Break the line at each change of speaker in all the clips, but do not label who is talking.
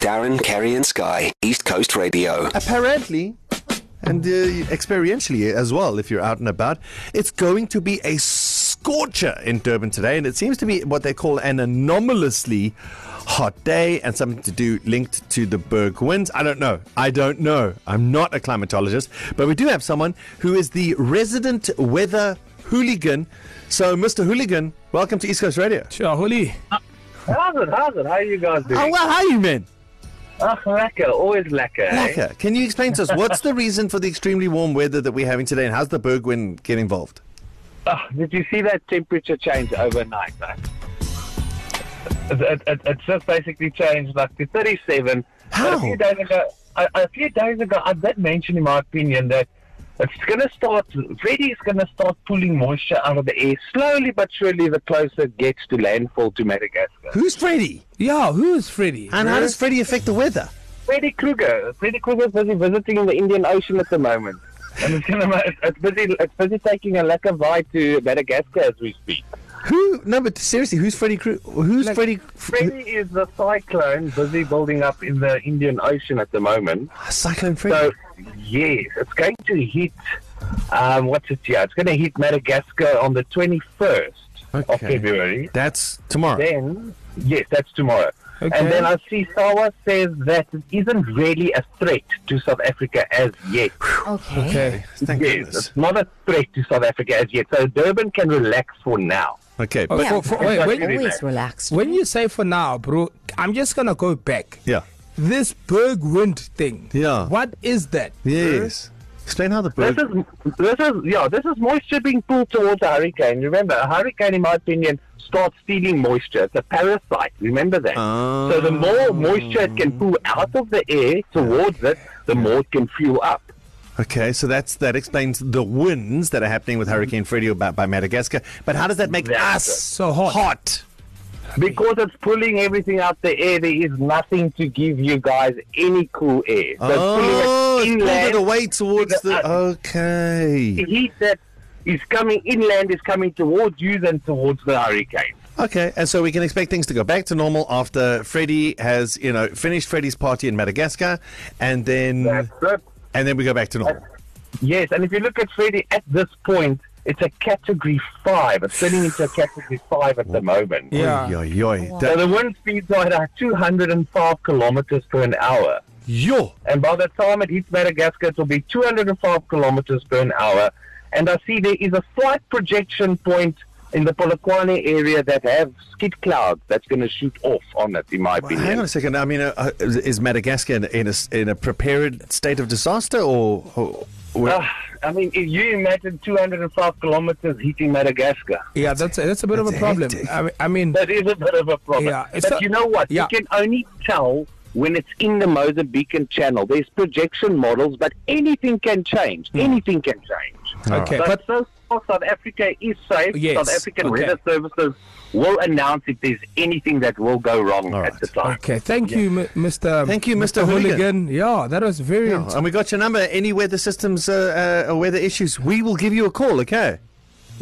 Darren, Kerry, and Sky, East Coast Radio.
apparently and uh, experientially as well if you're out and about it's going to be a scorcher in durban today and it seems to be what they call an anomalously hot day and something to do linked to the berg winds i don't know i don't know i'm not a climatologist but we do have someone who is the resident weather hooligan so mr hooligan welcome to east coast radio
Tja, Huli.
How's it? How's it? How are you guys doing?
oh well how are you man
Ah, lekker. Always lekker. eh?
Laka, can you explain to us what's the reason for the extremely warm weather that we're having today, and how's the Bergwin get involved?
Ah, did you see that temperature change overnight, mate? It, it, it, it's just basically changed like to 37. But
How?
A few days ago, a, a few days ago, I did mention in my opinion that it's going to start, Freddy is going to start pulling moisture out of the air slowly but surely the closer it gets to landfall to Madagascar.
Who's Freddy,
Yeah, who's Freddy?
and how does Freddy affect the weather?
Freddy Krueger. Freddy Krueger's busy visiting the Indian Ocean at the moment. And it's, gonna, ma- it's- it's busy it's busy taking a lekker vibe to Madagascar as we speak.
Who? No, but seriously, who's Freddy? Kru- Who's Freddy? Freddy?
Freddy is a cyclone busy building up in the Indian Ocean at the moment.
Cyclone Freddy.
So, yes, it's going to hit, um, what's it, yeah, it's going to hit Madagascar on the 21st of
Okay.
February.
That's tomorrow.
Then, yes, that's tomorrow.
Okay.
And then I see Sawa says that it isn't really a threat to South Africa as yet.
Okay.
Okay.
Thank
Yes,
goodness.
it's not a threat to South Africa as yet. So Durban can relax for now.
Okay,
Oh,
but
for- for- wait, when-
Always relaxed.
When you say for now, bro, I'm just gonna go back.
yeah,
This Bergwind thing.
Yeah.
What is that?
yes. Explain how the
This
Berg.
is this is yeah, this is moisture being pulled towards a hurricane. Remember, a hurricane, in my opinion, starts stealing moisture. It's a parasite. Remember that.
Ah.
So the more moisture it can pull out of the air towards it, the more it can fuel up.
Okay, so that's that explains the winds that are happening with Hurricane Freddy by, by Madagascar. But how does that make
That's
us
it.
So hot.
Hot.
Because it's pulling everything out the air, there is nothing to give you guys any cool air. So
Oh, it's
pulling it
pulled
inland,
it away towards
the-
the. Okay.
the heat that is coming inland is coming towards you than towards the hurricane.
Okay, and so we can expect things to go back to normal after Freddie has, you know, finished Freddie's party in Madagascar, and then
That's it.
and then we go back to normal.
Yes, and if you look at Freddie at this point, it's a category five. It's turning into a category five at the moment.
Yeah.
Yo, yo,
So the wind speeds are at 205 kilometers per an hour.
yo.
And by the time it hits Madagascar, it will be 205 kilometers per an hour. And I see there is a slight projection point in the Polokwane area that have skid clouds that's going to shoot off on it, in my opinion.
Hang on a second. I mean, uh, uh, is Madagascar in, in a s- in a prepared state of disaster, or, or or-
Ah, I mean, if you imagine 205 kilometers hitting Madagascar,
Yeah, that's a, that's a bit of a
That's
problem.
hectic.
I mean, I mean
that is a bit of a problem.
Yeah, it's
but
a-
you know what?
yeah.
You can only tell when it's in the Mozambican Channel. There's projection models, but anything can change. Anything can change.
Hmm. okay,
But,
but
so far, South Africa is safe.
Yes,
South African
okay.
weather services will announce if there's anything that will go wrong
All
at
right,
the time.
okay. Thank you, M- Mr.
Thank you, Mr.
Hooligan. Yeah, that was very.
Yeah, and we got your number. Any weather systems, uh, uh, weather issues, we will give you a call. Okay.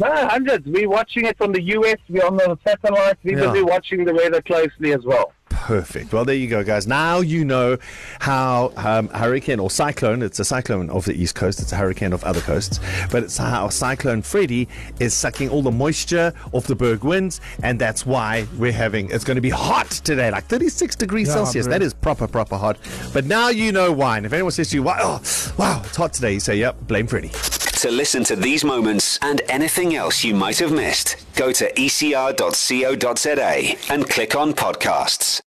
No, hundreds. We're watching it from the US. We're on the satellite. We're
Yeah.
busy watching the weather closely as well.
Perfect. Well, there you go, guys. Now you know how um, hurricane or cyclone, it's a cyclone of the East Coast, it's a hurricane of other coasts, but it's how Cyclone Freddy is sucking all the moisture off the Berg winds, and that's why we're having it's going to be hot today, like 36 degrees
Yeah,
Celsius.
bro.
That is proper, proper hot. But now you know why. And if anyone says to you, why, oh, wow, it's hot today, you say, yep, blame Freddy.
To listen to these moments and anything else you E might have missed, go to ecr.co.za and click on podcasts.